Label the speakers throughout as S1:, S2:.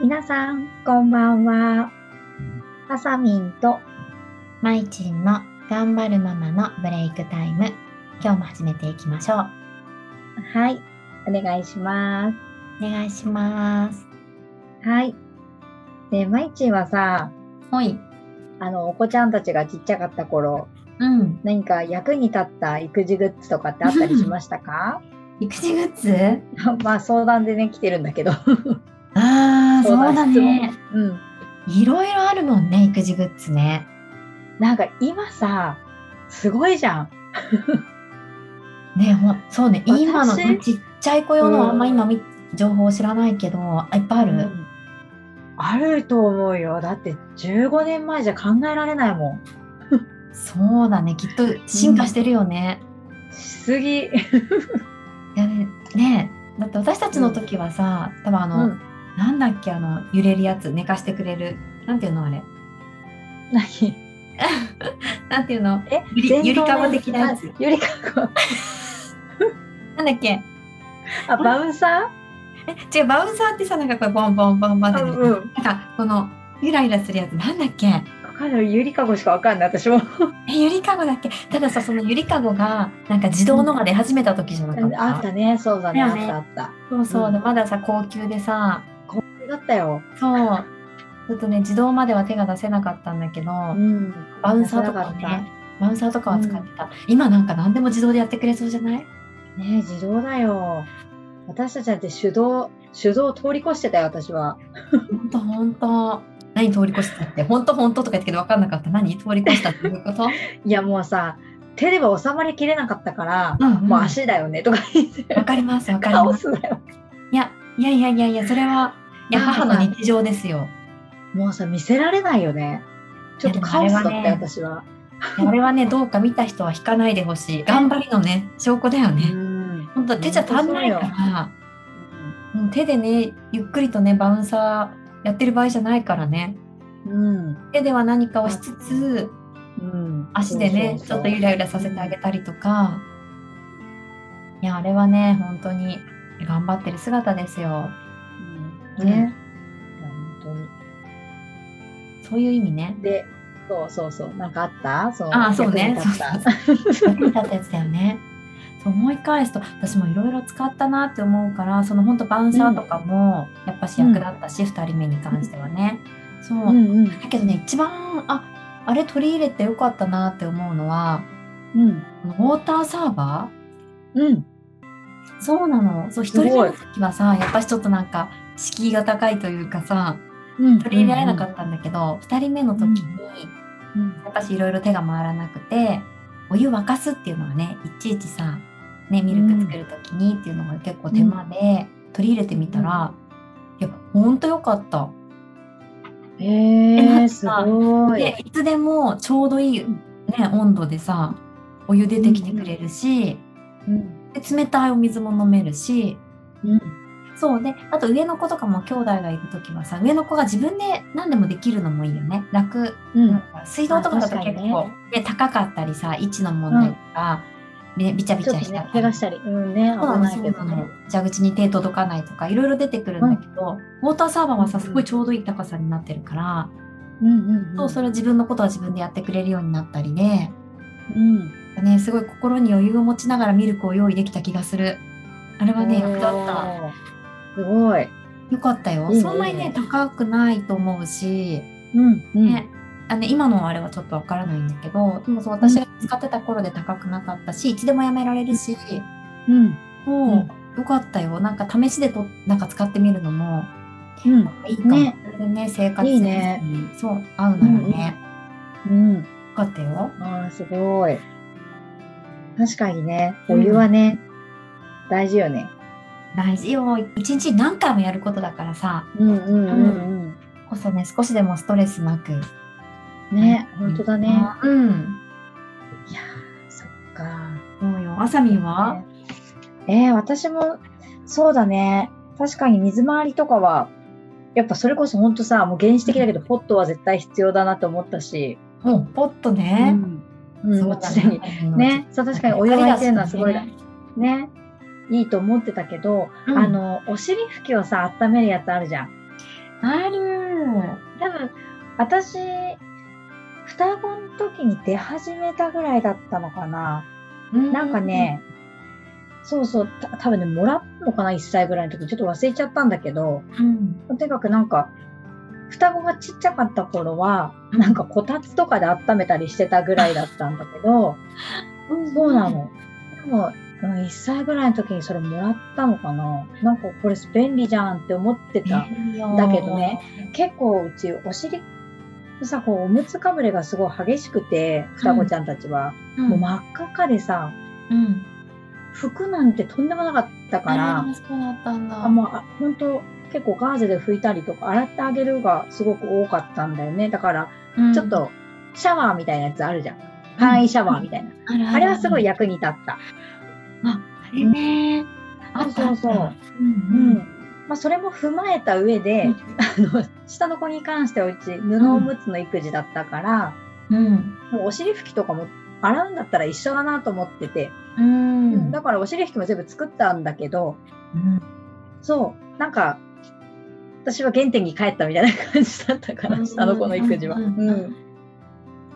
S1: 皆さん、こんばんは。あさみんと、
S2: まいちんの頑張るママのブレイクタイム。今日も始めていきましょう。
S1: はい、お願いしま
S2: お願いします。
S1: す。はい。で、まいちんはさ、
S2: ほい。
S1: あの、お子ちゃんたちがちっちゃかった頃、
S2: うん。
S1: 何か役に立った育児グッズとかってあったりしましたか
S2: 育児グッズ
S1: まあ、相談でね、来てるんだけど。
S2: ああ、そ
S1: 相
S2: う
S1: 談
S2: だね。
S1: うん。
S2: いろいろあるもんね、育児グッズね。
S1: なんか今さ、すごいじゃん。
S2: ねほんそうね、
S1: 私
S2: 今のねちっちゃい子用
S1: うん
S2: のあんま今み情報知らないけど、あいっぱいある、
S1: うんあると思うよ。だって15年前じゃ考えられないもん。
S2: そうだね、きっと進化してるよね。
S1: しすぎ。
S2: いやねねだって私たちの時はさ、多分あ
S1: う
S2: の、
S1: ん。
S2: なんだっけ、あの、揺れるやつ、寝かしてくれる。なんていうのあれ。
S1: 何
S2: なんていうの
S1: え
S2: ゆりゆりかご的なやつ
S1: あゆりかご。
S2: なんだっけ
S1: あ、バウンサ
S2: 違う、バウンサーってさ、なんかこう、ボンボンボンボンっ
S1: ー
S2: て
S1: う
S2: 出てくる、
S1: ん。わ
S2: なんか、この、ゆらゆらするやつ、なんだっけ
S1: かんない。ゆりかごしかわかんない。私も。
S2: え、ゆりかごだっけたださ、そのゆりかごが、なんか自動のが出始めた時じゃなかった。
S1: あったね。そうだね。あ
S2: だ
S1: っ
S2: よね
S1: たあった。
S2: そうそう、
S1: うん
S2: まださ、高級でさ、
S1: だったよ。
S2: そう。ちょっとね、自動までは手が出せなかったんだけど、
S1: ん。
S2: バウンサーと
S1: 出
S2: か
S1: せなか
S2: ね、バウンサーとかは使ってた。今なんか何でも自動でやってくれそうじゃない
S1: ねえ自動だよ。私たちだって手動、手動を通り越してたよ、私は。
S2: ほんとほんと。何通り越したって、ほんとほんととか言ってけど分かんなかった。何通り越したってどういうこと
S1: いや、もうさ、手では収まりきれなかったから、
S2: うん、うん
S1: もう足だよね、とか言って。
S2: わかります、わかり
S1: カ
S2: ま
S1: オ
S2: す。
S1: スだよ。
S2: いや、いやいやいやいや、それは、いや、
S1: なんかさ
S2: 母の日常ですよ。
S1: もうさ、見せられないよね。ちょっとカオスだったよ、
S2: いやでもあれはね
S1: 私は。
S2: いやあれはね、どうか見た人は引かないでほしい。頑張りのね、証拠だよ
S1: う
S2: ね。
S1: ん。
S2: 本当手じゃ足んないから、うん手でね、ゆっくりとね、バウンサーやってる場合じゃないからね。
S1: うん。
S2: 手では何かをしつつ、
S1: うん。
S2: 足でね、
S1: そう
S2: ち
S1: そうそう
S2: ょっとゆらゆらさせてあげたりとか。いや、あれはね、本当に頑張ってる姿ですよ。
S1: うんね。いや本当に。
S2: そういう意味ね。
S1: で、そうそうそう、なんかあったそう
S2: ああ、そうね。
S1: 役
S2: そう
S1: に立
S2: そう
S1: っ
S2: そう役に立ったやつだよね。そう思い返すと私もいろいろ使ったなって思うからその本当バウンサーとかもやっぱし役立ったし、二2人目に関してはね。そう、
S1: た うんうん。
S2: だけどね一番ああれ取り入れてよかったなって思うのは
S1: うん。
S2: ウォーターサーバ
S1: うん。
S2: ーそうなのそう1人
S1: す
S2: 目
S1: ごい
S2: の時はさやっぱしちょっとなんか敷居が高いというかさ
S1: うん。
S2: 取り入れられなかったんだけど、二2人目の時に
S1: うん。
S2: やっぱしいろいろ手が回らなくてお湯沸かすっていうのはねいちいちさ、ね、ミルク作る時にっていうのが結構手間で取り入れてみたら、いやほんとよかった。
S1: へ
S2: な
S1: え、
S2: んか
S1: すごい。
S2: でいつでもちょうどいい、ね、温度でさお湯出てきてくれるし、
S1: うん。
S2: で冷たいお水も飲めるし
S1: うん。
S2: そうであと上の子とかも兄弟がいる時はさ上の子が自分で何でもできるのもいいよね楽
S1: うん。
S2: 水道とかだと
S1: あ確かに
S2: 結
S1: ね
S2: 構、ね高かったりさ位置の問題とか、ねびちゃび
S1: ち
S2: ち
S1: ょ
S2: ゃ
S1: っと
S2: し
S1: ね、
S2: た
S1: 怪
S2: り
S1: 我したり。うんね、危
S2: そうなの
S1: な
S2: そ
S1: いうけ
S2: な
S1: どね
S2: の。蛇口に手届かないとかいろいろ出てくるんだけど、ウォーターサーバーはさすごいちょうどいい高さになってるから、
S1: うんうん。
S2: そうそれは自分のことは自分でやってくれるようになったりで、ね、
S1: うん。
S2: すごい心に余裕を持ちながらミルクを用意できた気がするあれはね役立った
S1: おー。すごい。
S2: よかったよ、
S1: いいね
S2: そんなにね高くないと思うし、
S1: うん。うん
S2: ね。あね、今のあれはちょっとわからないんだけどでもそう私が使ってた頃で高くなかったしいつでもやめられるし、
S1: うん。
S2: もうよかったよなんか試しでとなんか使ってみるのも
S1: うん。
S2: いいかも
S1: ね
S2: それでね生活
S1: いいね
S2: にそう合うならね、
S1: うんうん
S2: よ
S1: うん。
S2: かったよ
S1: ああ、すごい。確かにね、お湯はね、大事よね。
S2: 大事よ一日何回もやることだからさ
S1: うんうんうん
S2: こそね少しでもストレスなく
S1: うん。ね、本当だね。
S2: うん
S1: いやーそっか。
S2: そうよあさみんは、
S1: えー、私も、そうだね。確かに水回りとかは、やっぱそれこそ本当さ、もう原始的だけど、ポットは絶対必要だなと思ったし、
S2: もうポット
S1: う
S2: ね、
S1: ん、うん、もうすでに。
S2: に
S1: ね、そう確かにお湯沸いてるのはすごいだ
S2: ね、
S1: ね、いいと思ってたけど、
S2: うん
S1: あの、お尻拭きをさ、温めるやつあるじゃん。
S2: ある。
S1: 多分、私、双子の時に出始めたぐらいだったのかな。なんかね、そうそう、た多分ね、もらったのかな、1歳ぐらいの時。ちょっと忘れちゃったんだけど、
S2: うん、
S1: とにかくなんか、双子がちっちゃかった頃は、なんかこたつとかで温めたりしてたぐらいだったんだけど、
S2: うん
S1: そうな。の。でも、うん1歳ぐらいの時にそれもらったのかな。なんかこれ便利じゃんって思ってた。
S2: 便利よ
S1: だけどね。結構うちお尻さこうおむつかぶれがすごい激しくて双子ちゃんたちは、
S2: うん、
S1: もう真っ赤っかでさ
S2: うん。
S1: 服なんてとんでもなかったか
S2: あ
S1: ら
S2: らそうだったんだ。
S1: あもうあ本当結構ガーゼで拭いたりとか洗ってあげるがすごく多かったんだよねだから
S2: うん
S1: ちょっ、とシャワーみたいなやつあるじゃん簡易シャワーみたいな、
S2: あるある
S1: あれはすごい役に立った、
S2: あ、あれね。あっ
S1: そ
S2: た
S1: うそう
S2: あったうんうん。
S1: まあ、それも踏まえた上で、あの下の子に関してはうち布おむつの育児だったから、
S2: うん。
S1: もうお尻拭きとかも洗うんだったら一緒だなと思ってて、
S2: うん。
S1: だからお尻拭きも全部作ったんだけど
S2: うん
S1: そうなんか私は原点に帰ったみたいな感じだったか
S2: う
S1: ら
S2: ん
S1: 下の子の育児は。
S2: う
S1: うんん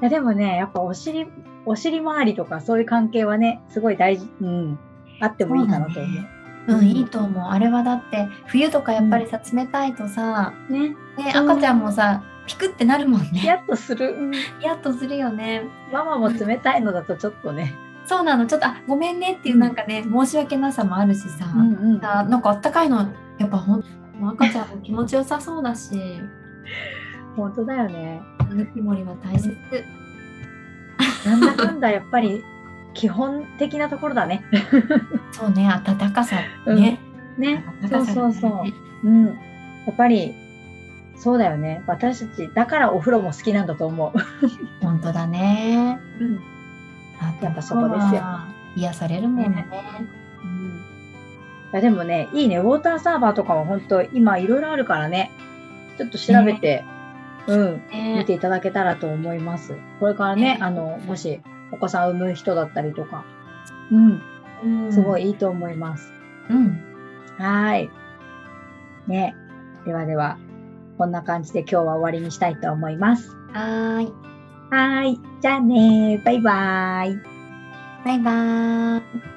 S1: いやでもねやっぱお尻お尻周りとかそういう関係はねすごい大事、うん、あってもいいかなと思
S2: う
S1: うん
S2: ん、いいと思う。あれはだって、冬とかやっぱりさ、冷たいとさ、
S1: う。ね
S2: ね、
S1: そう
S2: 赤ちゃんもさ、ピクってなるもん
S1: ヒ
S2: ね。
S1: ヤッとする、うん
S2: ヒヤッとするよね。
S1: ママも冷たいのだとちょっとね。
S2: そうなの、ちょっと、あ、ごめんねっていうなんかね、申し訳なさもあるしさ、
S1: うんうん
S2: あなんかあったかいの、やっぱほん赤ちゃんも気持ちよさそうだし、
S1: 本当だよね。
S2: ぬくもりは大切。
S1: なんだかんだやっぱり基本的なところ だね。
S2: そうね、暖かさね。
S1: ね。そ
S2: 暖
S1: う
S2: かさ
S1: そうそう。うん、やっぱりそうだよね私たちだからお風呂も好きなんだと思う、
S2: 本当だね。
S1: うん
S2: あ
S1: やっぱそこですよ。
S2: 癒されるもんね。
S1: いやでもねいいねウォーターサーバーとかは本当今いろいろあるからねちょっと調べて、うん見
S2: ね
S1: ていただけたらと思いますこれからね
S2: ね
S1: あのもしお子さん産む人だったりとかうん
S2: うん
S1: すごいいいと思います、
S2: うん。
S1: はーいねではではこんな感じで今日は終わりにしたいと思います
S2: はーい。
S1: はーい。じゃあねー。バイバーイ。
S2: バイバーイ。